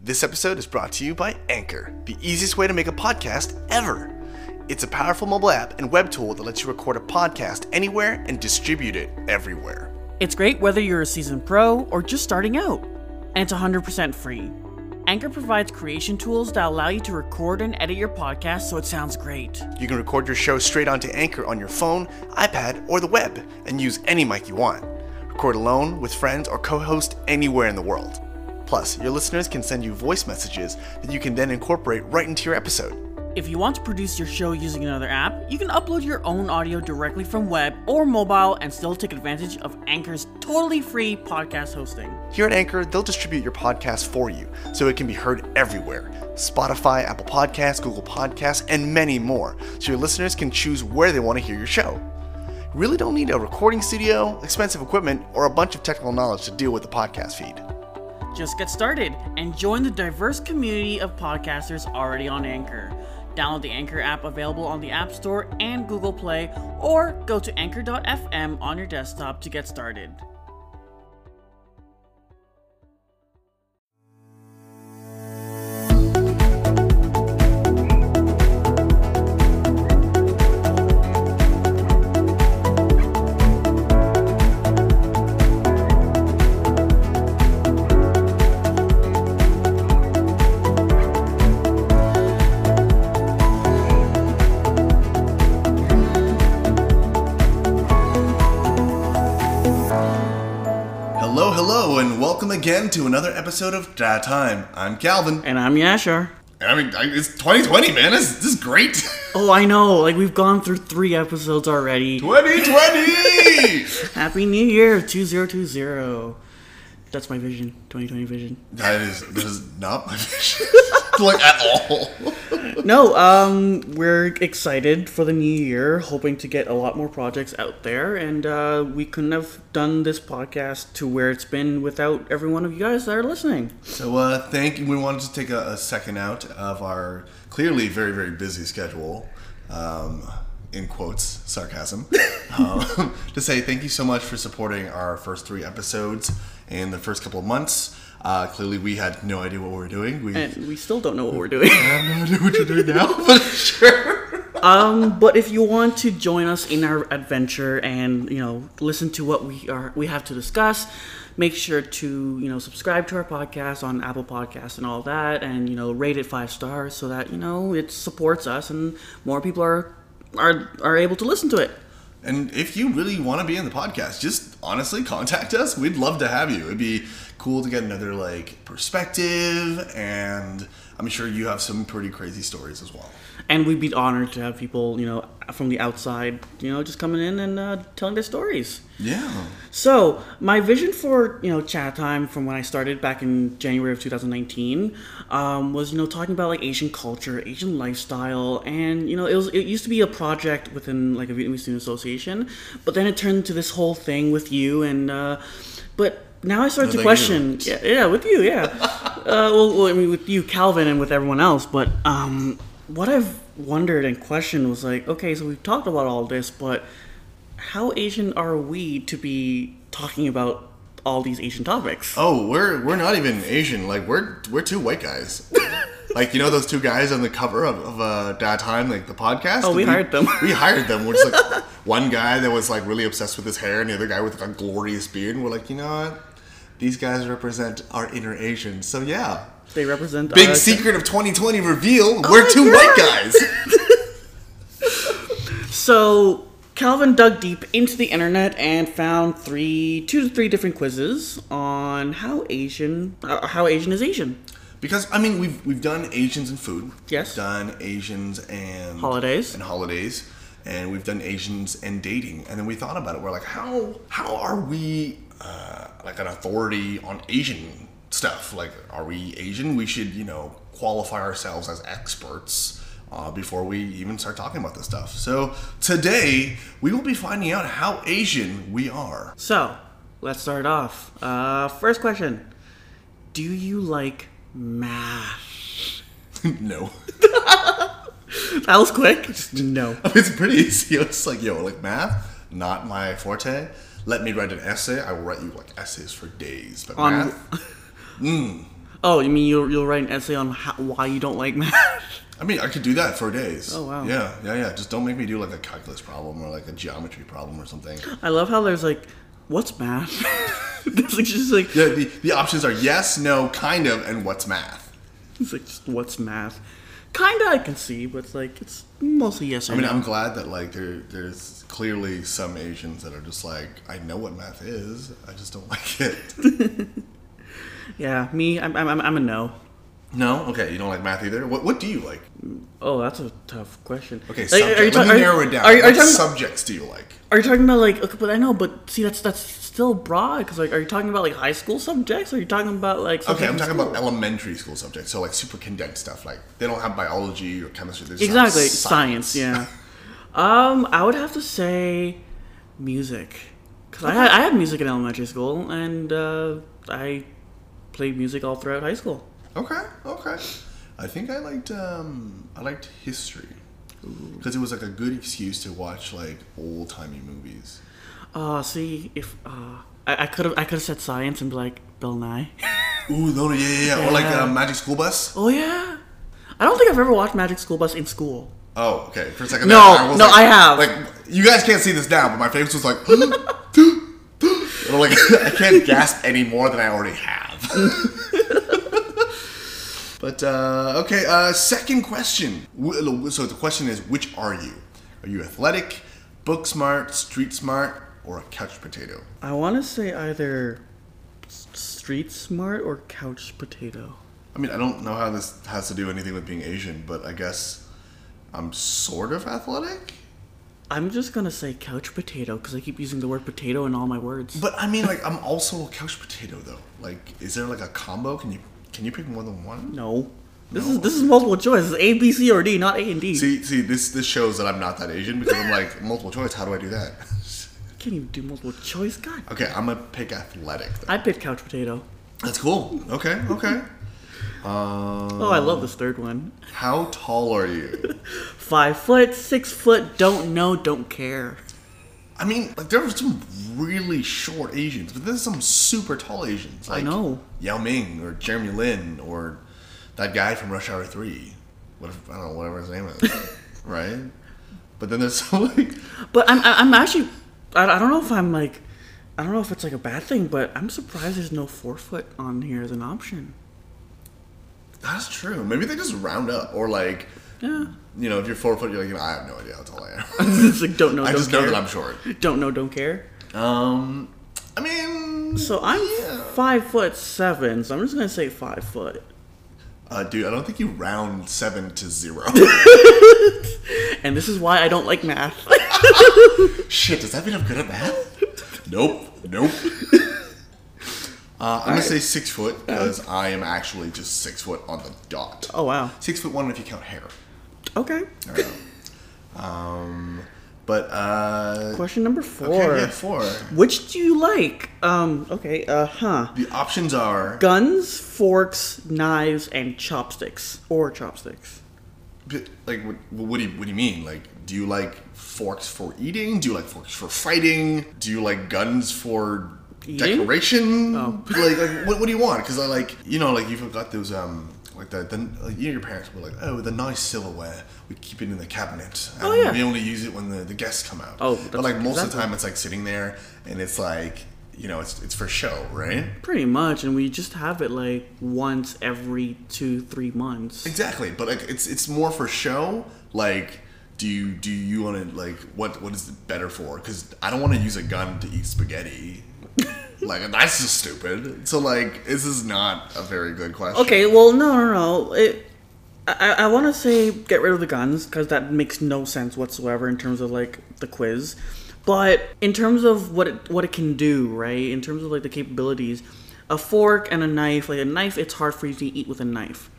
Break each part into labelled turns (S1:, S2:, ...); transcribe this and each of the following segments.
S1: This episode is brought to you by Anchor, the easiest way to make a podcast ever. It's a powerful mobile app and web tool that lets you record a podcast anywhere and distribute it everywhere.
S2: It's great whether you're a seasoned pro or just starting out, and it's 100% free. Anchor provides creation tools that allow you to record and edit your podcast so it sounds great.
S1: You can record your show straight onto Anchor on your phone, iPad, or the web, and use any mic you want. Record alone, with friends, or co host anywhere in the world. Plus, your listeners can send you voice messages that you can then incorporate right into your episode.
S2: If you want to produce your show using another app, you can upload your own audio directly from web or mobile and still take advantage of Anchor's totally free podcast hosting.
S1: Here at Anchor, they'll distribute your podcast for you so it can be heard everywhere Spotify, Apple Podcasts, Google Podcasts, and many more, so your listeners can choose where they want to hear your show. You really don't need a recording studio, expensive equipment, or a bunch of technical knowledge to deal with the podcast feed.
S2: Just get started and join the diverse community of podcasters already on Anchor. Download the Anchor app available on the App Store and Google Play, or go to anchor.fm on your desktop to get started.
S1: Hello, hello, and welcome again to another episode of Da Time. I'm Calvin.
S2: And I'm Yashar.
S1: I mean, I, it's 2020, man. This, this is great.
S2: Oh, I know. Like, we've gone through three episodes already.
S1: 2020!
S2: Happy New Year 2020. That's my vision, 2020 vision.
S1: that is this is not my vision, like at all.
S2: No, um, we're excited for the new year, hoping to get a lot more projects out there, and uh, we couldn't have done this podcast to where it's been without every one of you guys that are listening.
S1: So, uh, thank you. We wanted to take a, a second out of our clearly very, very busy schedule, um, in quotes, sarcasm, um, to say thank you so much for supporting our first three episodes in the first couple of months. Uh, clearly, we had no idea what we were doing. We
S2: And we still don't know what we're doing.
S1: have no idea what you're doing now, but sure.
S2: Um, but if you want to join us in our adventure and you know listen to what we are we have to discuss, make sure to you know subscribe to our podcast on Apple Podcasts and all that, and you know rate it five stars so that you know it supports us and more people are are are able to listen to it.
S1: And if you really want to be in the podcast, just honestly contact us. We'd love to have you. It'd be cool to get another like perspective and I'm sure you have some pretty crazy stories as well.
S2: And we'd be honored to have people you know from the outside you know just coming in and uh, telling their stories.
S1: Yeah.
S2: So my vision for you know chat time from when I started back in January of 2019 um, was you know talking about like Asian culture, Asian lifestyle, and you know it was it used to be a project within like a Vietnamese Student Association, but then it turned into this whole thing with you and uh, but now I started
S1: With
S2: to
S1: you.
S2: question yeah, yeah with you yeah uh, well, well I mean with you Calvin and with everyone else but um, what I've wondered and questioned was like okay so we've talked about all this but how Asian are we to be talking about all these Asian topics?
S1: Oh, we're we're not even Asian. Like we're we're two white guys. like you know those two guys on the cover of, of uh, Dad Time, like the podcast.
S2: Oh, we hired them.
S1: We hired them. We're just like one guy that was like really obsessed with his hair, and the other guy with like, a glorious beard. And we're like, you know what? These guys represent our inner Asians. So yeah,
S2: They represent
S1: Big
S2: us.
S1: secret of 2020 reveal. we're
S2: Oh my
S1: two
S2: God.
S1: white guys.
S2: So Calvin dug deep into the internet and found three, two to three different quizzes on how Asian, uh, how Asian is Asian.
S1: because I mean, we've we've done Asians and food.
S2: Yes.
S1: We've done Asians and
S2: Holidays.
S1: and holidays, and we've done Asians and dating. And then we thought about it. We're like, how how are we uh, like an authority on Asian stuff? Like, are we Asian? We should you know qualify ourselves as experts. Uh, before we even start talking about this stuff. So, today we will be finding out how Asian we are.
S2: So let's start off. Uh, first question: Do you like math?
S1: no.
S2: That was quick. No.
S1: It's pretty easy. It's like, yo, like math, not my forte. Let me write an essay. I will write you like essays for days. But
S2: On
S1: math,
S2: Oh, you mean you'll you'll write an essay on how, why you don't like math?
S1: I mean, I could do that for days.
S2: Oh, wow.
S1: Yeah, yeah, yeah. Just don't make me do like a calculus problem or like a geometry problem or something.
S2: I love how there's like, what's math? it's like just like
S1: Yeah, the, the options are yes, no, kind of, and what's math.
S2: it's like just, what's math? Kinda I can see, but it's like it's mostly yes or
S1: I mean,
S2: no.
S1: I'm glad that like there there's clearly some Asians that are just like, I know what math is, I just don't like it.
S2: yeah, me, I'm, I'm I'm I'm a no.
S1: no, okay, you don't like math either. What what do you like?
S2: Oh, that's a tough question.
S1: Okay,
S2: Like,
S1: subject.
S2: are you
S1: Let
S2: ta-
S1: me
S2: are-
S1: narrow it down.
S2: Are, you- are
S1: what
S2: you talking?
S1: subjects do you like?
S2: Are you talking about like? Okay, but I know, but see, that's that's still broad. Because like, are you talking about like high school subjects? Or are you talking about like?
S1: Okay,
S2: subjects
S1: I'm
S2: in
S1: talking
S2: school?
S1: about elementary school subjects, so like super condensed stuff. Like they don't have biology or chemistry. They just have
S2: exactly science. yeah. um, I would have to say music because I had I had music in elementary school and uh, I played music all throughout high school.
S1: Okay, okay. I think I liked um, I liked history because it was like a good excuse to watch like old timey movies.
S2: Uh, see if uh, I could have I could have said science and be like Bill Nye.
S1: Ooh, no, yeah, yeah, yeah. Or like
S2: Yeah.
S1: uh, Magic School Bus.
S2: oh yeah. I don't think I've ever watched Magic School Bus in school.
S1: Oh, okay. For a second,
S2: No,
S1: there, was
S2: no,
S1: like-
S2: I have.
S1: Like you guys can't see this now, but my face was like, And I'm like I can't gasp any more than I already have. but uh, okay, uh, second question. Wh- So the question is, which are you? Are you athletic, book smart, street smart, or a couch potato?
S2: I want to say either s- street smart or couch potato.
S1: I mean, I don't know how this has to do anything with being Asian, but I guess I'm sort of athletic.
S2: I'm just gonna say couch potato because I keep using the word potato in all my words.
S1: But I mean, like, I'm also a couch potato, though. Like, is there like a combo? Can you can you pick more than one?
S2: no, this is this is multiple choice. It's A, B, C, or D, not A and D.
S1: See, see, this this shows that I'm not that Asian because I'm like multiple choice. How do I do that?
S2: Can't even do multiple choice. God,
S1: Okay, I'm gonna pick athletic. Then.
S2: I picked couch potato.
S1: That's cool. Okay, okay.
S2: Oh, I love this third one.
S1: How tall are you?
S2: Five foot, six foot. Don't know, don't care.
S1: I mean, like, there were some really short Asians, but there's some super tall Asians. Like
S2: know.
S1: Yao Ming or Jeremy Lin or that guy from Rush Hour Three. What if, I don't know whatever his name is, right? But then there's some like
S2: But I'm I- I'm actually I, I don't know if I'm like I don't know if it's like a bad thing, but I'm surprised there's no four foot on here as an option.
S1: That's true. Maybe they just round up, or like,
S2: Yeah,
S1: you know, if you're four foot, you're like, you know, I have no idea how tall I am.
S2: it's like don't know.
S1: I
S2: don't
S1: just
S2: care.
S1: know that I'm short.
S2: Don't know, don't care.
S1: Um, I mean,
S2: So I'm
S1: Yeah.
S2: five foot seven, so I'm just gonna say five foot.
S1: uh, dude, I don't think you round seven to zero.
S2: And this is why I don't like math.
S1: Shit, does that mean I'm good at math? nope, nope. Uh, I'm gonna say six
S2: Uh-huh.
S1: foot because I am actually just six foot on the dot.
S2: oh wow.
S1: Six foot one if you count hair.
S2: Okay.
S1: I don't know. um, but uh,
S2: Question number four.
S1: okay, yeah, four.
S2: Which do you like? Um, okay, uh huh.
S1: The options are
S2: Guns, forks, knives, and chopsticks. Or chopsticks.
S1: But, like what, what do you what do you mean like do you like forks for eating do you like forks for fighting do you like guns for
S2: Eating?
S1: decoration
S2: Oh.
S1: like, like what, what do you want because i like you know like you've got those um like the, the like, you know, your parents were like oh the nice silverware we keep it in the cabinet and
S2: Oh, yeah.
S1: we only use it when the, the guests come out
S2: Oh,
S1: but
S2: that's
S1: like most of the
S2: exactly.
S1: time it's like sitting there and it's like you know it's it's for show right
S2: Pretty much, and we just have it like once every two, three months.
S1: Exactly, but like it's it's more for show. Like, do you do you want to like what what is it better for? Because I don't want to use a gun to eat spaghetti. like that's just stupid. So like this is not a very good question.
S2: Okay, well, no, no, no. It, I, I want to say get rid of the guns because that makes no sense whatsoever in terms of like the quiz, but in terms of what it, what it can do, right? In terms of like the capabilities, a fork and a knife. Like a knife, it's hard for you to eat with a knife,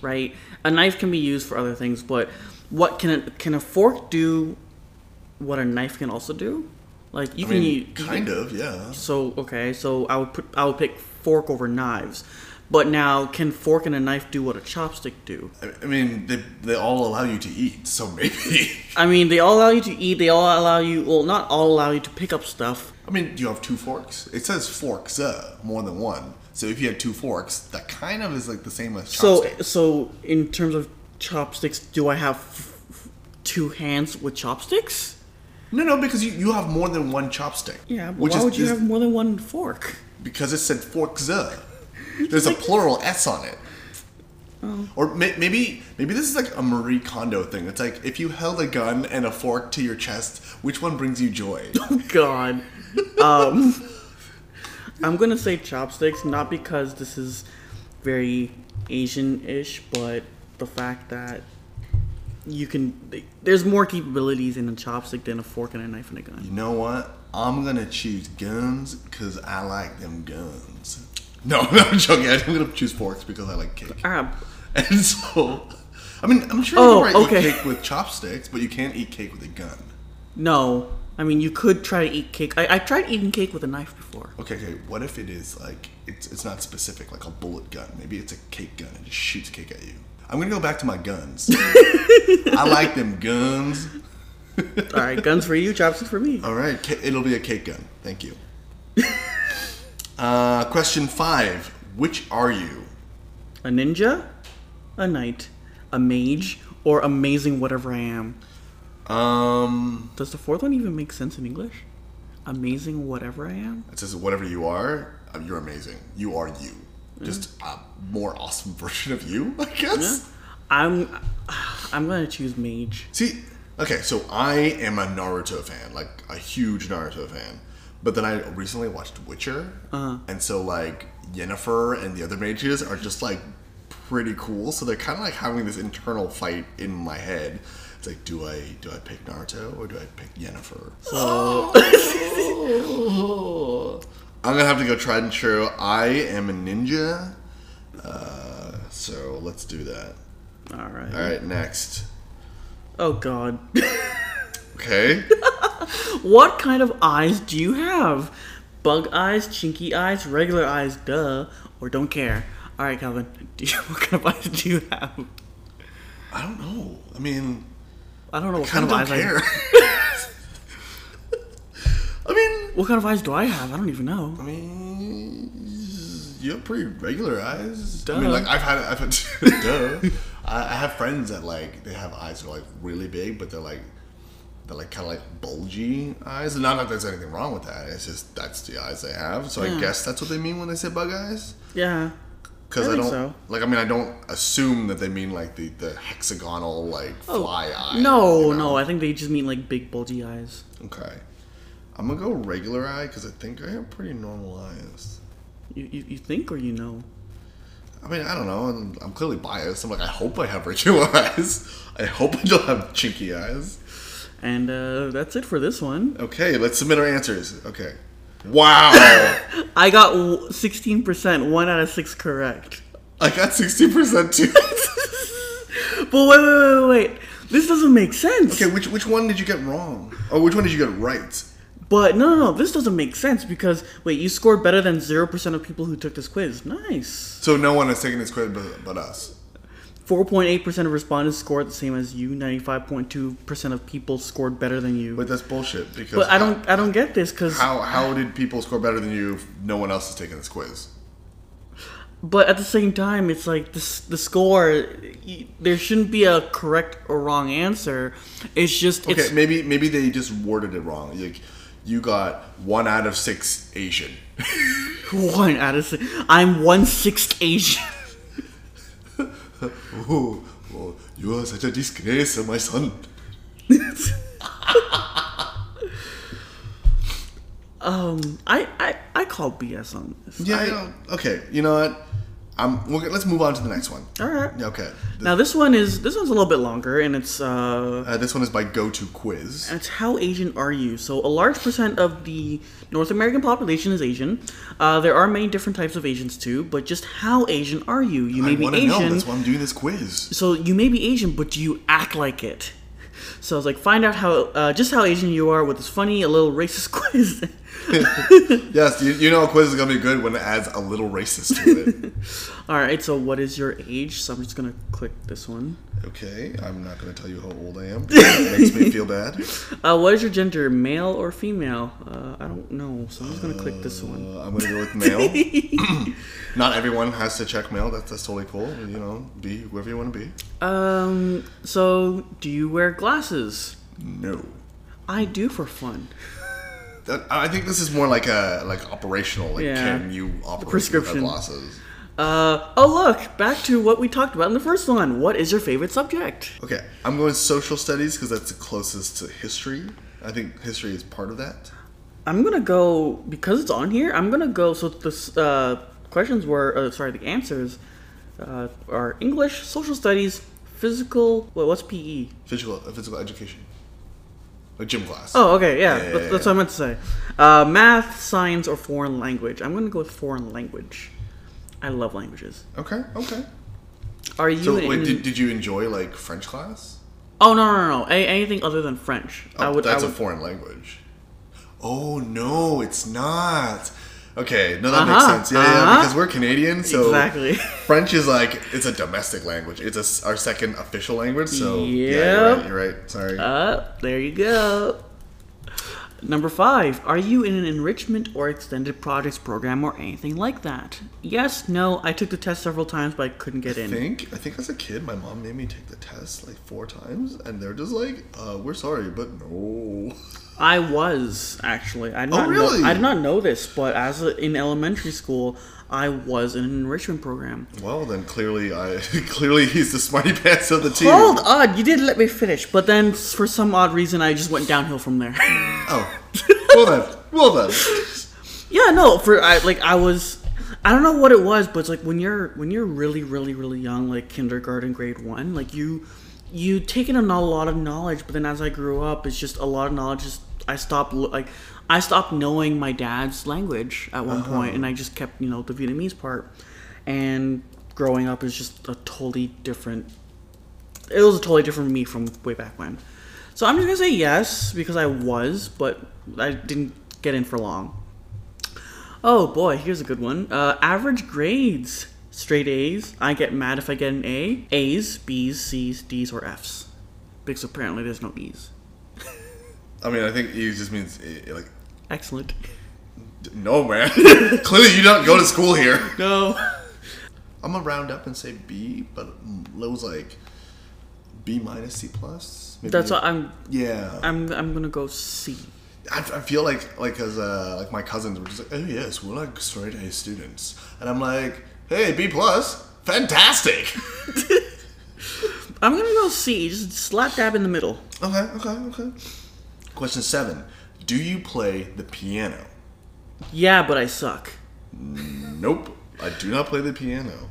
S2: right? A knife can be used for other things, but what can it, can a fork do? What a knife can also do, like you
S1: I
S2: can
S1: mean,
S2: eat
S1: kind of, yeah.
S2: so okay, so I would put I would pick fork over knives, but now can fork and a knife do what a chopstick do?
S1: I- I mean, they they all allow you to eat, so maybe.
S2: I mean, they all allow you to eat. They all allow you well, not all allow you to pick up stuff.
S1: I mean, do you have two forks? It says forks, uh, more than one. So if you had two forks, that kind of is like the same as
S2: So
S1: chopsticks.
S2: so in terms of chopsticks, do I have f- f- two hands with chopsticks?
S1: no, no, because you, you have more than one chopstick.
S2: Yeah, but
S1: which
S2: why
S1: is,
S2: would you
S1: is-
S2: have more than one fork?
S1: because it said forks. There's a plural s on it.
S2: Oh.
S1: Or may, maybe maybe this is like a Marie Kondo thing. It's like if you held a gun and a fork to your chest, which one brings you joy?
S2: God. Um, I'm gonna say chopsticks, not because this is very Asian-ish, but the fact that you can there's more capabilities in a chopstick than a fork and a knife and a gun.
S1: You know what? I'm gonna choose guns because I like them guns. No, no, I'm joking. I'm gonna choose forks because I like cake.
S2: Ah,
S1: And so, I mean, I'm sure
S2: Oh,
S1: you can probably
S2: okay.
S1: eat cake with chopsticks, but you can't eat cake with a gun.
S2: no. I mean, you could try to eat cake. I, I tried eating cake with a knife before.
S1: Okay, okay. What if it is like it's it's not specific, like a bullet gun? Maybe it's a cake gun and just shoots cake at you. I'm gonna go back to my guns. I like them guns.
S2: All right, guns for you, chopsticks for me.
S1: All right, ca- it'll be a cake gun. Thank you. uh, question five: Which are you?
S2: A ninja, a knight, a mage, or amazing whatever I am.
S1: Um,
S2: Does the fourth one even make sense in English? Amazing whatever I am?
S1: it says whatever you are, uh, you're amazing. You are you. Just a more awesome version of you, I guess.
S2: I'm I'm gonna choose mage.
S1: See, okay, so I am a Naruto fan, like a huge Naruto fan. But then I recently watched Witcher, and so like Yennefer and the other mages are just like pretty cool. So they're kind of like having this internal fight in my head. It's like, do I do I pick Naruto or do I pick Yennefer? I'm gonna have to go tried and true. I am a ninja, uh, so let's do that.
S2: All right.
S1: All right, next.
S2: Oh God.
S1: Okay.
S2: what kind of eyes do you have? Bug eyes, chinky eyes, regular eyes, duh, or don't care. All right, Calvin. Do you, what kind of eyes do you have?
S1: I don't know. I mean,
S2: I don't know what
S1: kind of don't
S2: eyes I
S1: care. I mean,
S2: What kind of eyes do I have? I don't even know.
S1: I mean, you have pretty regular eyes. I mean,
S2: Duh.
S1: like I've had, I've had, duh. I, I have friends that like they have eyes that are like really big, but they're like they're like kind of like bulgy eyes. Not that there's anything wrong with that. It's just that's the eyes they have. So I
S2: Yeah.
S1: guess that's what they mean when they say bug eyes.
S2: Yeah.
S1: Because
S2: I
S1: I,
S2: think
S1: don't
S2: so.
S1: like. I mean, I don't assume that they mean like the, the hexagonal like fly eye.
S2: Oh, No,
S1: you know?
S2: no. I think they just mean like big bulgy eyes.
S1: Okay. I'm gonna go regular eye because I think I have pretty normal eyes.
S2: You, you, you think or you know?
S1: I mean, I don't know. I'm, I'm clearly biased. I'm like, I hope I have regular eyes. I hope I don't have chinky eyes.
S2: And uh, that's it for this one.
S1: Okay, let's submit our answers. Okay. Wow.
S2: I got w- 16%, one out of six correct.
S1: I got 60% too.
S2: But wait, wait, wait, wait. This doesn't make sense.
S1: okay, which which one did you get wrong? Or which one did you get right?
S2: But no, no, no. This doesn't make sense because, wait, you scored better than 0% of people who took this quiz. Nice.
S1: So no one has taken this quiz but, but us.
S2: 4.8% of respondents scored the same as you. 95.2% of people scored better than you.
S1: But
S2: But,
S1: that's bullshit because.
S2: I don't I don't get this cuz
S1: How, how did people score better than you if no one else has taken this quiz?
S2: but at the same time it's like this the score y- there shouldn't be a correct or wrong answer. It's just
S1: Okay,
S2: it's
S1: maybe maybe they just worded it wrong. Like you got one out of six Asian.
S2: one out of six. I'm one sixth Asian.
S1: Oh, oh, you are such a disgrace, my son.
S2: Um, I, I, I call BS on this.
S1: Yeah. I don't- okay, you know what? I'm. We're, let's move on to the next one.
S2: All right.
S1: Yeah, Okay. Th-
S2: Now this one is this one's a little bit longer, and it's uh,
S1: Uh, this one is by Go To Quiz.
S2: it's how Asian are you? So a large percent of the North American population is Asian. Uh, there are many different types of Asians too, but just how Asian are you? You may
S1: I
S2: be
S1: want to know.
S2: Asian.
S1: That's why I'm doing this quiz.
S2: so you may be Asian, but do you act like it? So I was like, find out how uh, just how Asian you are with this funny, a little racist quiz.
S1: Yes, you, you know a quiz is gonna be good when it adds a little racist to it.
S2: All right, so what is your age? So I'm just gonna click this one.
S1: okay, I'm not gonna tell you how old I am. It makes me feel bad.
S2: Uh, what is your gender, male or female? Uh, I don't know, so I'm just gonna click this one.
S1: Uh, I'm gonna go with male. Not everyone has to check mail. That's that's totally cool. You know, be whoever you want to be.
S2: um, so do you wear glasses?
S1: No,
S2: I do for fun.
S1: That- I think this is more like a like operational. Like,
S2: Yeah.
S1: can you operate
S2: Prescription.
S1: prescription glasses?
S2: Uh, oh look, back to what we talked about in the first one. What is your favorite subject?
S1: Okay, I'm going social studies because that's the closest to history. I think history is part of that.
S2: I'm gonna go because it's on here. I'm gonna go. So the uh, questions were, uh, sorry, the answers uh, are English, social studies, physical. What, what's E? PE?
S1: Physical uh, physical education, like gym class.
S2: Oh, okay, yeah,
S1: Yeah,
S2: that-
S1: yeah,
S2: that's what I meant to say. Uh, math, science, or foreign language. I'm gonna go with foreign language. I love languages.
S1: Okay, okay.
S2: Are you?
S1: So
S2: an-
S1: wait, did, did you enjoy like French class?
S2: oh no, no, no, no. A- anything other than French.
S1: Oh,
S2: I would. I
S1: that's
S2: would
S1: a foreign language. Oh no, it's not. Okay, no, that
S2: Uh-huh,
S1: makes sense. Yeah, yeah,
S2: uh-huh.
S1: because we're Canadian, so
S2: Exactly.
S1: French is like it's a domestic language. It's a s our second official language. So yeah,
S2: Yep.
S1: you're right. You're right. Sorry.
S2: Uh, there you go. Number five, are you in an enrichment or extended projects program or anything like that? Yes, no, I took the test several times but I couldn't get
S1: I
S2: in.
S1: think I think as a kid, my mom made me take the test like four times, and they're just like, uh, "We're sorry, but no."
S2: I was actually. I did not
S1: really?
S2: know, I did not know this, but as a, in elementary school, I was in an enrichment program.
S1: Well, then clearly, I clearly he's the smarty pants of the team.
S2: Hold on, you didn't let me finish, but then for some odd reason, I just went downhill from there.
S1: Oh, well then, well then.
S2: Yeah, no, for I like I was I don't know what it was, but it's like when you're when you're really, really, really young, like kindergarten, grade one, like you you take in a not a lot of knowledge, but then as I grew up, it's just a lot of knowledge. Just I stopped lo- like I stopped knowing my dad's language at one point, and I just kept you know the Vietnamese part. And growing up is just a totally different. It was a totally different me from way back when. So I'm just gonna say yes because I was, but I didn't get in for long. Oh boy, here's a good one. Uh, average grades. Straight A's. I get mad if I get an A. A's, B's, C's, D's, or F's. Because apparently there's no E's.
S1: I mean, I think he just means eh, like
S2: Excellent.
S1: No, man. Clearly, you don't go to school here.
S2: No.
S1: I'm gonna round up and say B, but it was like B minus C plus. Maybe
S2: That's what I'm.
S1: Yeah,
S2: I'm. I'm gonna go C.
S1: I, I feel like like as uh, like my cousins were just like, oh yes, we're like straight A students, and I'm like, hey, B plus, fantastic.
S2: I'm gonna go C. Just slap dab in the middle.
S1: okay, okay, okay. Question seven: Do you play the piano?
S2: Yeah, but I suck.
S1: Nope, I do not play the piano.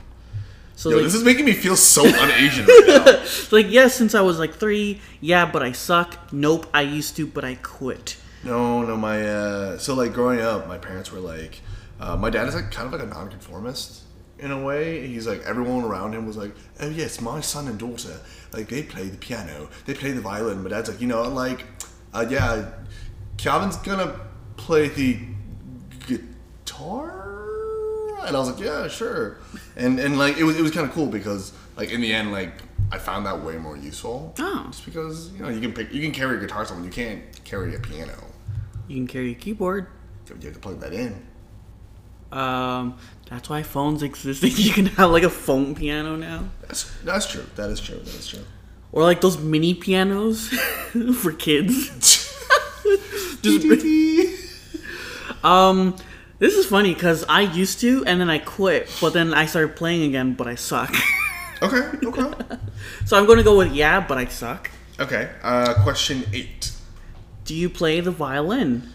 S2: So
S1: Yo,
S2: like,
S1: this is making me feel so un-Asian right now.
S2: so, like, yes, since I was like three. Yeah, but I suck. Nope, I used to, but I quit.
S1: No, no, my uh, so like growing up, my parents were like, uh, my dad is like kind of like a nonconformist in a way. He's like everyone around him was like, oh yes, my son and daughter, like they play the piano, they play the violin. My dad's like, you know, like, uh, yeah, Calvin's gonna play the guitar. And I was like, yeah, sure. And and like it was it was kind of cool because like in the end like I found that way more useful.
S2: Oh.
S1: Just because you know you can pick you can carry a guitar somewhere you can't carry a piano.
S2: You can carry a keyboard.
S1: You have to plug that in.
S2: Um, that's why phones exist. you can have like a phone piano now.
S1: That's that's true. That is true. That is true.
S2: Or like those mini pianos for kids. Um, this is funny because I used to and then I quit, but then I started playing again, but I suck.
S1: okay. Okay.
S2: so I'm gonna go with yeah, but I suck.
S1: Okay. Uh, question eight.
S2: Do you play the violin?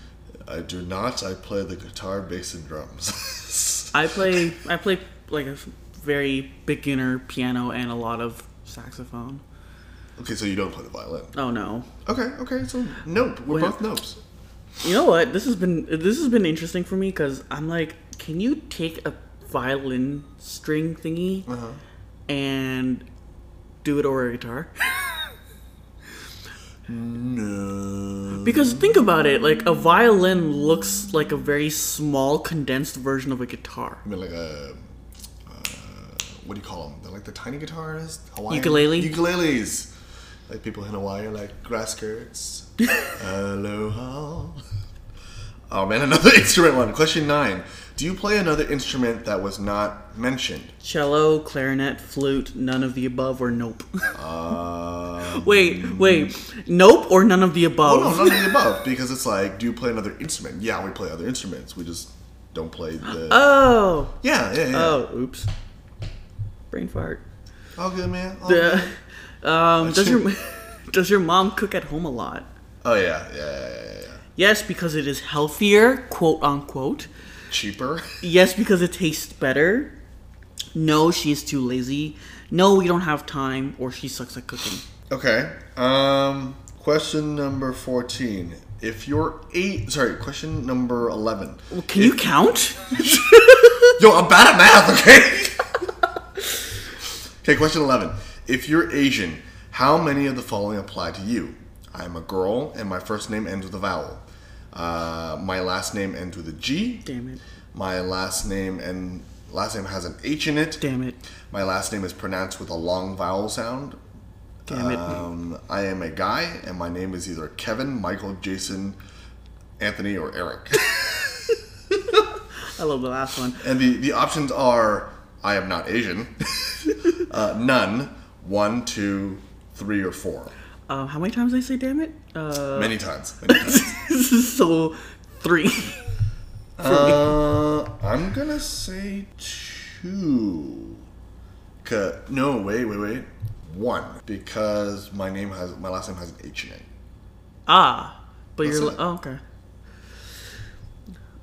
S1: I do not. I play the guitar, bass, and drums.
S2: I play I play like a very beginner piano and a lot of saxophone.
S1: okay, so you don't play the violin.
S2: Oh no.
S1: Okay. Okay. So nope. We're
S2: Well-
S1: both nopes.
S2: You know what? This has been this has been interesting for me because I'm like, can you take a violin string thingy
S1: Uh-huh.
S2: and do it over a guitar?
S1: No.
S2: Because think about it, like a violin looks like a very small, condensed version of a guitar.
S1: I mean, like a. Uh, what do you call them? They're like the tiny guitars? Hawaiian?
S2: Ukulele?
S1: Ukuleles! Like people in Hawaii are like grass skirts. Aloha. Oh man, another instrument one. Question nine. Do you play another instrument that was not mentioned?
S2: Cello, clarinet, flute, none of the above, or nope.
S1: Uh,
S2: wait, wait, nope or none of the above.
S1: oh no, none of the above. Because it's like, do you play another instrument? Yeah, we play other instruments. We just don't play the.
S2: oh,
S1: yeah, yeah, yeah.
S2: oh, oops, brain fart.
S1: All good, man. All
S2: Uh,
S1: good.
S2: um, does your does your mom cook at home a lot?
S1: Oh yeah, yeah, yeah, yeah, yeah.
S2: Yes, because it is healthier, quote unquote.
S1: Cheaper.
S2: Yes, because it tastes better. No, she is too lazy. No, we don't have time, or she sucks at cooking.
S1: Okay. Um, question number fourteen. If you're eight, sorry, question number eleven.
S2: Well, can you count?
S1: Yo, I'm bad at math. Okay. okay. Question eleven. If you're Asian, how many of the following apply to you? I'm a girl, and my first name ends with a vowel. Uh, my last name ends with a G.
S2: Damn it.
S1: My last name and last name has an H in it.
S2: Damn it.
S1: My last name is pronounced with a long vowel sound.
S2: Damn it.
S1: Um, I am a guy, and my name is either Kevin, Michael, Jason, Anthony, or Eric.
S2: I love the last one.
S1: and the, the options are I am not Asian, uh, none, one, two, three, or four.
S2: Uh, how many times did I say damn it? Uh,
S1: Many times. Many times.
S2: so, three.
S1: Uh, I'm gonna say two. 'Cause- no, wait, wait, wait. One because my name has my last name has an H in it.
S2: ah, but
S1: That's
S2: you're.
S1: it.
S2: Oh, okay.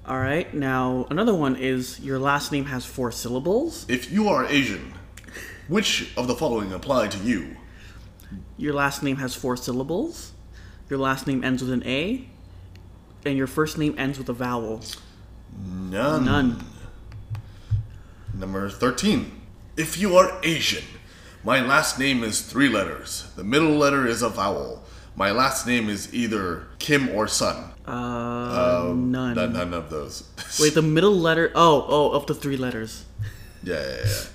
S2: All right. Now, another one is your last name has four syllables.
S1: If you are Asian, which of the following apply to you?
S2: Your last name has four syllables. Your last name ends with an A. And your first name ends with a vowel.
S1: None.
S2: None.
S1: Number 13. If you are Asian, my last name is three letters. The middle letter is a vowel. My last name is either Kim or Sun.
S2: Uh, none.
S1: Um, None, none of those.
S2: Wait, the middle letter. Oh, oh, of the three letters.
S1: yeah, yeah, yeah.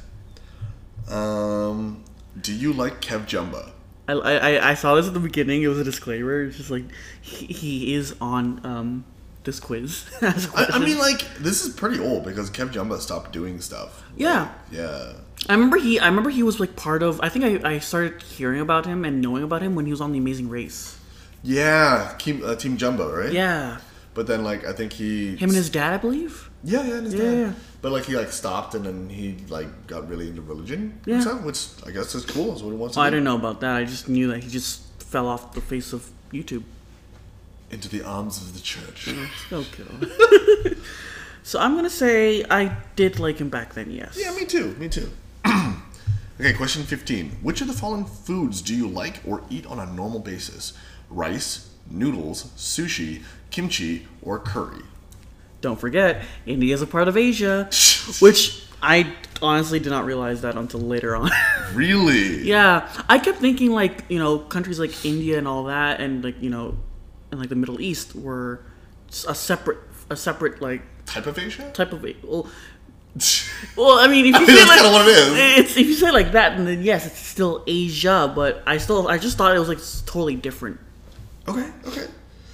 S1: Um, do you like Kev Jumba?
S2: I, I, I- I saw this at the beginning. It was a disclaimer. It's just like he, he is on um this quiz. As a
S1: I, I
S2: question.
S1: mean, like, this is pretty old because Kev Jumba stopped doing stuff.
S2: yeah.
S1: Yeah.
S2: I remember he. I remember he was like part of. I think I, I started hearing about him and knowing about him when he was on The Amazing Race.
S1: Yeah, Team, uh, Team Jumbo, right?
S2: Yeah,
S1: But then, like, I think he.
S2: him and his dad, I believe.
S1: Yeah, yeah, and his
S2: Yeah,
S1: dad.
S2: yeah.
S1: But like he like stopped and then he like got really into religion
S2: Yeah.
S1: and stuff, which I guess is cool. Is what he wants to
S2: Well, I
S1: do.
S2: don't know about that. I just knew that he just fell off the face of YouTube.
S1: Into the arms of the church.
S2: Mm. Okay. so I'm gonna say I did like him back then. Yes.
S1: yeah, me too. Me too. okay, question fifteen. Which of the following foods do you like or eat on a normal basis? Rice, noodles, sushi, kimchi, or curry?
S2: Don't forget, India is a part of Asia, which I honestly did not realize that until later on.
S1: Really?
S2: yeah, I kept thinking like you know countries like India and all that, and like you know, and like the Middle East were s- a separate, a separate like
S1: Type of Asia?
S2: type of well, well I mean if
S1: mean,
S2: you say
S1: that's
S2: like
S1: kinda what it is.
S2: it's if you say like that, then yes, it's still Asia, but I still I just thought it was like s- totally different.
S1: okay, okay.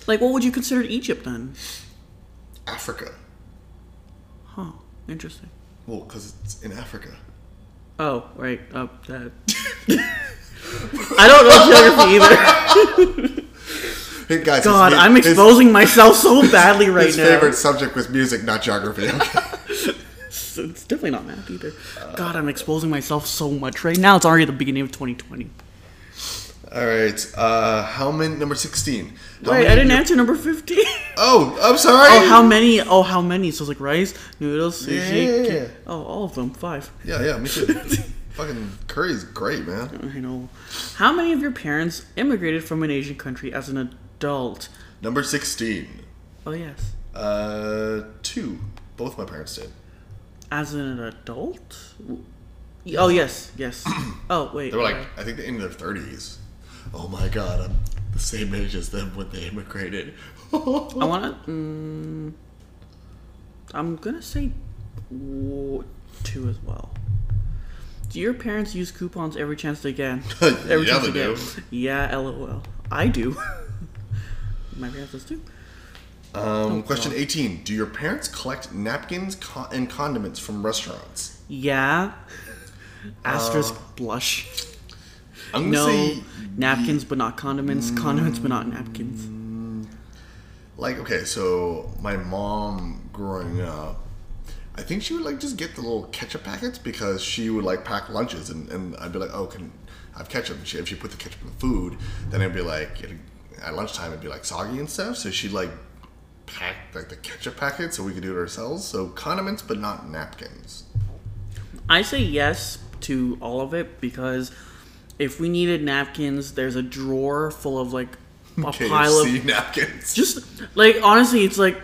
S2: Like, what would you consider Egypt then?
S1: Africa.
S2: Huh? Interesting.
S1: Well, because it's in Africa.
S2: Oh, right. Uh, that. I don't know geography either.
S1: Hey guys, his
S2: God,
S1: name-
S2: I'm
S1: his-
S2: exposing myself so badly right
S1: His
S2: now.
S1: favorite subject was music, not geography. Okay.
S2: It's, it's definitely not math either. God, I'm exposing myself so much right now. It's already the beginning of 2020.
S1: All right. Uh, how many? Number sixteen. How
S2: Wait,
S1: many
S2: I didn't
S1: of your-
S2: answer number 15.
S1: Oh, I'm sorry.
S2: oh, how many? Oh, how many? So it's like rice, noodles, sushi.
S1: Yeah.
S2: ki- Oh, all of them. Five.
S1: yeah, yeah, me too. Fucking curry's great, man.
S2: I know. How many of your parents immigrated from an Asian country as an adult?
S1: Number sixteen.
S2: Oh, yes.
S1: Uh, two. Both my parents did.
S2: As an adult? Oh yes, yes. oh wait.
S1: They were like,
S2: uh,
S1: I think, in their thirties. Oh my god, I'm, this same age as them when they immigrated.
S2: I want to. Mm, I'm gonna say w- two as well. Do your parents use coupons every chance they can? every
S1: Yeah,
S2: chance
S1: they do.
S2: get. Yeah, lol. I do. My parents does too.
S1: Um, question 18. Do your parents collect napkins co- and condiments from restaurants?
S2: Yeah.
S1: Uh,
S2: Asterisk blush.
S1: I'm
S2: No
S1: say
S2: napkins, but not condiments.
S1: Mm.
S2: Condiments, but not napkins.
S1: like okay so my mom growing up i think she would like just get the little ketchup packets because she would like pack lunches and, and i'd be like oh can i have ketchup and she, if she put the ketchup in the food then it'd be like it at lunchtime it'd be like soggy and stuff so she'd like pack like the ketchup packets so we could do it ourselves so condiments but not napkins
S2: I say yes to all of it because if we needed napkins, there's a drawer full of like a
S1: KFC
S2: pile of
S1: napkins
S2: just like honestly it's like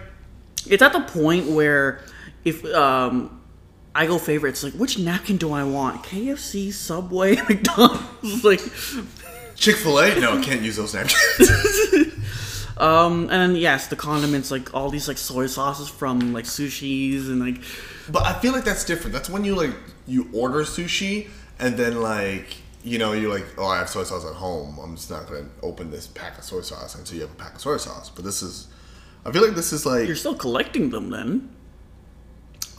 S2: it's at the point where if um i go favorites like which napkin do i want kfc subway mcdonald's like
S1: chick-fil-a no can't use those napkins
S2: um and then yes the condiments like all these like soy sauces from like sushis and like
S1: But I feel like that's different. That's when you like you order sushi and then like you know you're like, oh, I have soy sauce at home. I'm just not gonna open this pack of soy sauce until you have a pack of soy sauce. But this is, I feel like this is like,
S2: you're still collecting them then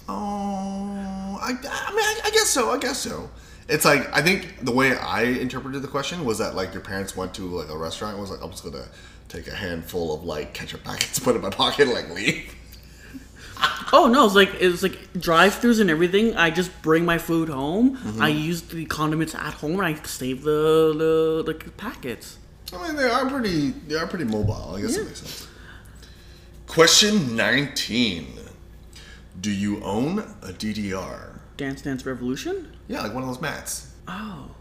S1: oh, I, I mean, I, I guess so. I guess so. It's like I think the way I interpreted the question was that like your parents went to like a restaurant and was like, I'm just gonna take a handful of like ketchup packets, put it in my pocket, and, like leave.
S2: oh no it's like it's like drive-throughs and everything i just bring my food home i use the condiments at home and i save the the, the packets
S1: I mean, they are pretty. They are pretty mobile. I guess that makes sense. Question nineteen: Do you own a DDR?
S2: dance dance revolution
S1: Yeah, like one of those mats.
S2: Oh,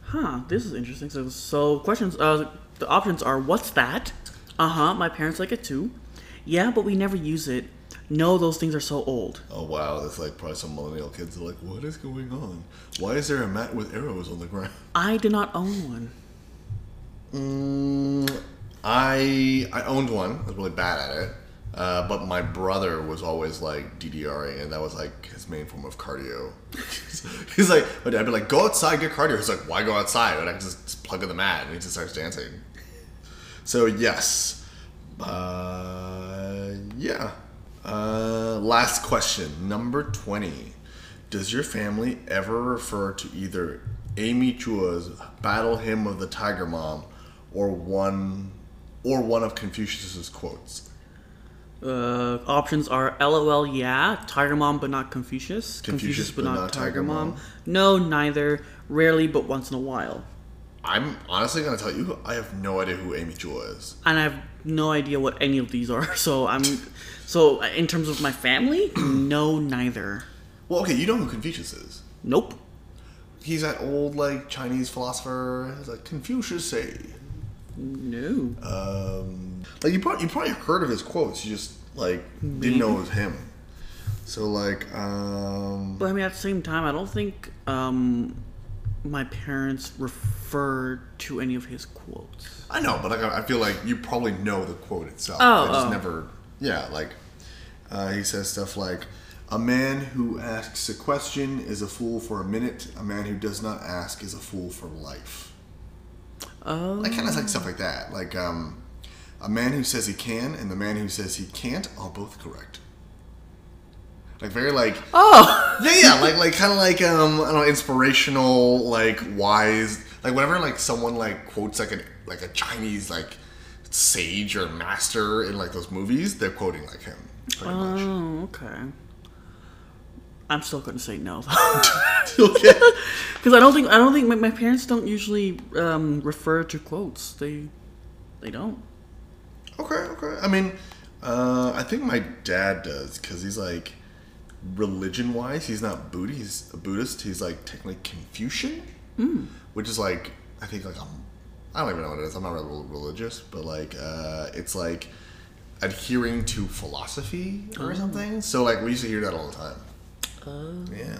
S2: huh. This is interesting. So, so questions. Uh, the options are: What's that? Uh huh. My parents like it too. Yeah, but we never use it. No, those things are so old.
S1: Oh wow, that's like probably some millennial kids are like, "What is going on? Why is there a mat with arrows on the ground?"
S2: I did not own one.
S1: Mm, I I owned one. I was really bad at it. Uh, but my brother was always like DDRing, and that was like his main form of cardio. he's like, my dad'd be like, go outside, get cardio. He's like, why go outside? And I can just, just plug in the mat, and he just starts dancing. So yes, uh, yeah. Uh, last question, number twenty. Does your family ever refer to either Amy Chua's "Battle Hymn of the Tiger Mom" or one or one of Confucius's quotes?
S2: Uh, options are: LOL, yeah, Tiger Mom, but not Confucius.
S1: Confucius, but not Tiger Mom.
S2: No, neither. Rarely, but once in a while.
S1: I'm honestly gonna tell you, I have no idea who Amy Chua is.
S2: And I have no idea what any of these are. So I'm. So in terms of my family, no, neither.
S1: Well, okay, you know who Confucius is.
S2: Nope.
S1: He's that old like Chinese philosopher. He's like Confucius say.
S2: No.
S1: Um, like you probably you probably heard of his quotes. You just like didn't know it was him. So like, um,
S2: But I mean, at the same time, I don't think um, my parents referred to any of his quotes.
S1: I know, but like I I feel like you probably know the quote itself.
S2: Oh,
S1: I just
S2: oh.
S1: never. Yeah, like uh, he says stuff like, "A man who asks a question is a fool for a minute. A man who does not ask is a fool for life."
S2: Oh,
S1: Like kind of like stuff like that. Like um, a man who says he can and the man who says he can't are both correct. Like very like
S2: oh,
S1: Yeah, yeah, like like kind of like um, I don't know, inspirational, like wise, like whenever like someone like quotes like an like a Chinese like sage or master in like those movies, they're quoting like him. Pretty much.
S2: oh, okay. I'm still gonna say no
S1: okay.
S2: because I don't think I don't think my, my parents don't usually um, refer to quotes. They they don't.
S1: Okay. Okay. I mean, uh, I think my dad does because he's like religion wise, he's not Buddha. He's a Buddhist. He's like technically Confucian, which is like I think like I'm, I don't even know what it is. I'm not really rel- religious, but like uh, it's like adhering to philosophy or something. So like we used to hear that all the time. Yeah.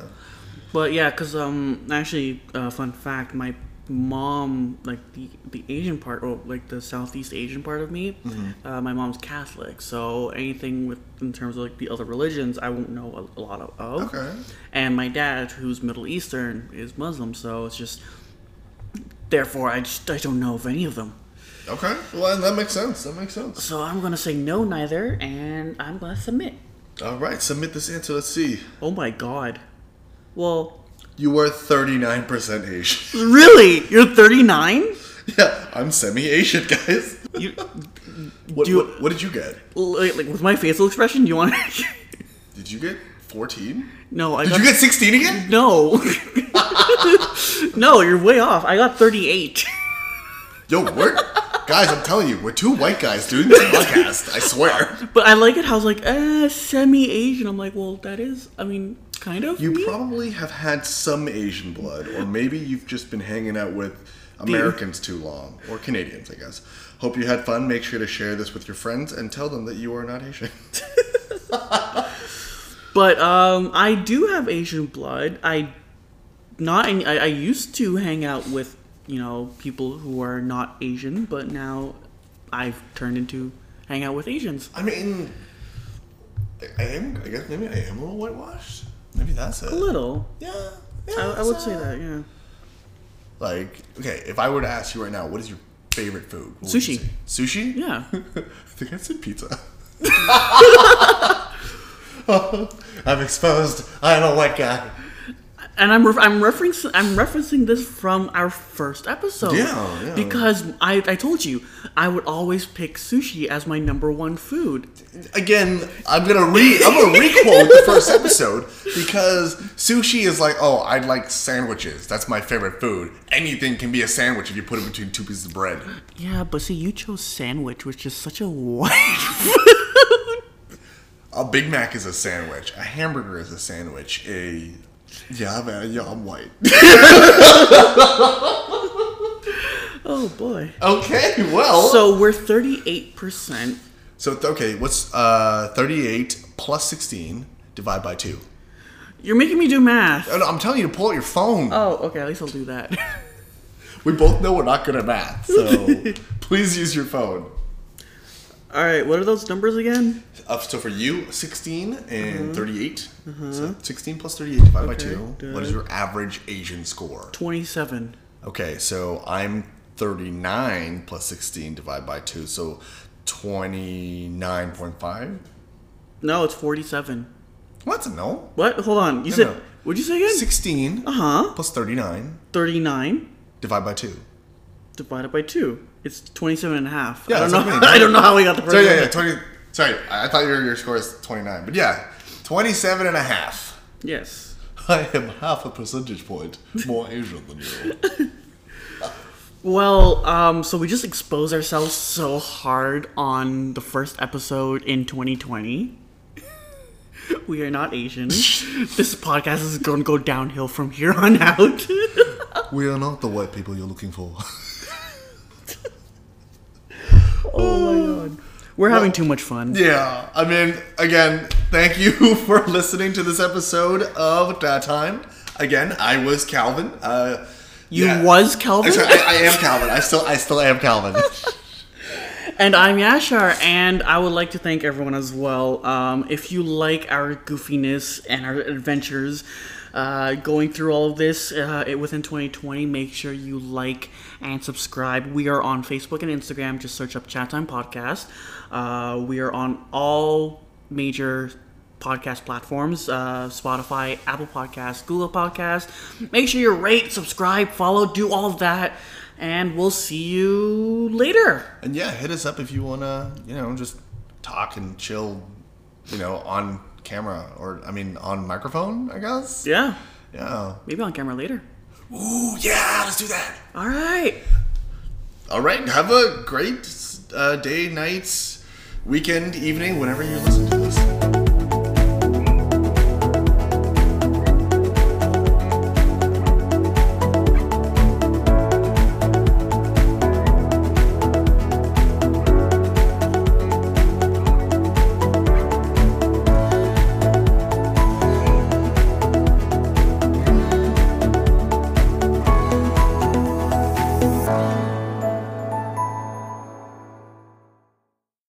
S2: But yeah, because um, actually, uh, fun fact, my mom, like the the Asian part or like the Southeast Asian part of me, uh, my mom's Catholic. So anything with in terms of like the other religions, I won't know a, a lot of. of.
S1: Okay.
S2: And my dad, who's Middle Eastern, is Muslim. So it's just. Therefore, I just I don't know of any of them.
S1: Okay. Well, that makes sense. That makes sense.
S2: So I'm gonna say no, neither, and I'm gonna submit.
S1: All right. Submit this answer. Let's see.
S2: Oh my god. Well,
S1: You were 39% Asian.
S2: really? You're 39?
S1: yeah, I'm semi Asian, guys.
S2: You,
S1: What,
S2: Do you-
S1: what, what did you get?
S2: like, like, with my facial expression, you want to?
S1: Did you get 14?
S2: no, I
S1: Did
S2: got
S1: you get 16 again?
S2: no. no, you're way off. I got 38.
S1: Yo, we're. guys, I'm telling you, we're two white guys doing this podcast. I swear.
S2: But I like it how it's like, eh, semi-Asian. I'm like, well, that is, I mean, kind of.
S1: You
S2: me.
S1: probably have had some Asian blood, or maybe you've just been hanging out with Americans too long, or Canadians, I guess. Hope you had fun. Make sure to share this with your friends and tell them that you are not Asian.
S2: But um, I do have Asian blood. I not in, I, I used to hang out with you know people who are not Asian, but now I've turned into hang out with Asians.
S1: I mean, I- I am. I guess maybe I am a little whitewashed. Maybe that's
S2: A
S1: it.
S2: little.
S1: Yeah, yeah, uh,
S2: I, I would
S1: so-
S2: say that. Yeah.
S1: Like, okay, if I were to ask you right now, what is your favorite food? What would you
S2: Sushi.
S1: say? Sushi?
S2: Yeah.
S1: I think I said pizza. I'm exposed. I'm a white guy.
S2: and I'm, re- I'm referencing I'm referencing this from our first episode.
S1: Yeah, yeah.
S2: Because I, I told you I would always pick sushi as my number one food.
S1: Again, I'm gonna re I'm gonna requote the first episode because sushi is like, oh, I like sandwiches. That's my favorite food. Anything can be a sandwich if you put it between two pieces of bread.
S2: Yeah, but see, you chose sandwich, which is such a wide.
S1: A Big Mac is a sandwich. A hamburger is a sandwich. A yeah, man, yeah, I'm white.
S2: oh boy.
S1: okay, well. So,
S2: So we're 38%.
S1: so th- okay, what's uh 38 plus 16 divide by two?
S2: You're making me do math.
S1: No, no, I'm telling you to pull out your phone.
S2: Oh, okay, at least I'll do that.
S1: we both know we're not good at math, so please use your phone.
S2: All right, what are those numbers again?
S1: Uh, so for you, 16 and 38. So 16 plus 38 divided by
S2: Mm-hmm. Okay,
S1: 2.
S2: got
S1: What is
S2: it.
S1: your average Asian score?
S2: 27.
S1: Okay, so I'm 39 plus 16 divided by 2, so 29.5.
S2: No, it's 47.
S1: What's a no?
S2: What? Hold on. You
S1: No,
S2: said,
S1: no.
S2: what'd you say again?
S1: 16
S2: uh huh.
S1: plus 39
S2: 39
S1: divided by 2.
S2: divided by 2. It's 27 and a half.
S1: Yeah,
S2: I don't
S1: that's
S2: know.
S1: what I mean.
S2: I don't know how we got the first
S1: Sorry, yeah,
S2: one.
S1: yeah, 20. Sorry, I I thought your, your score is 29, but yeah, 27 and a half.
S2: Yes.
S1: I am half a percentage point more Asian than you.
S2: Well, um, so we just exposed ourselves so hard on the first episode in 2020. we are not Asian. this podcast is going to go downhill from here on out.
S1: We are not the white people you're looking for.
S2: oh my god. We're having too much fun.
S1: Yeah, I mean, again, thank you for listening to this episode of That Time. Again, I was Calvin. Uh,
S2: You
S1: yeah.
S2: was
S1: I'm
S2: Kelvin,
S1: sorry, I, I am Calvin. I still, I still am Calvin.
S2: and I'm Yashar, and I would like to thank everyone as well. Um, if you like our goofiness and our adventures uh, going through all of this uh, it- within 2020, make sure you like and subscribe. We are on Facebook and Instagram. Just search up Chat Time Podcast. Uh, we are on all major podcast platforms uh, spotify apple Podcasts, google Podcasts. make sure you rate subscribe follow do all of that and we'll see you later
S1: and yeah, hit us up if you wanna, you know, just talk and chill, you know, on camera or I mean, on microphone, I guess.
S2: yeah
S1: Yeah.
S2: maybe on camera later
S1: Ooh, yeah, let's do that.
S2: all right
S1: All right, have a great uh, day, night, weekend, evening, whenever you listen to. this.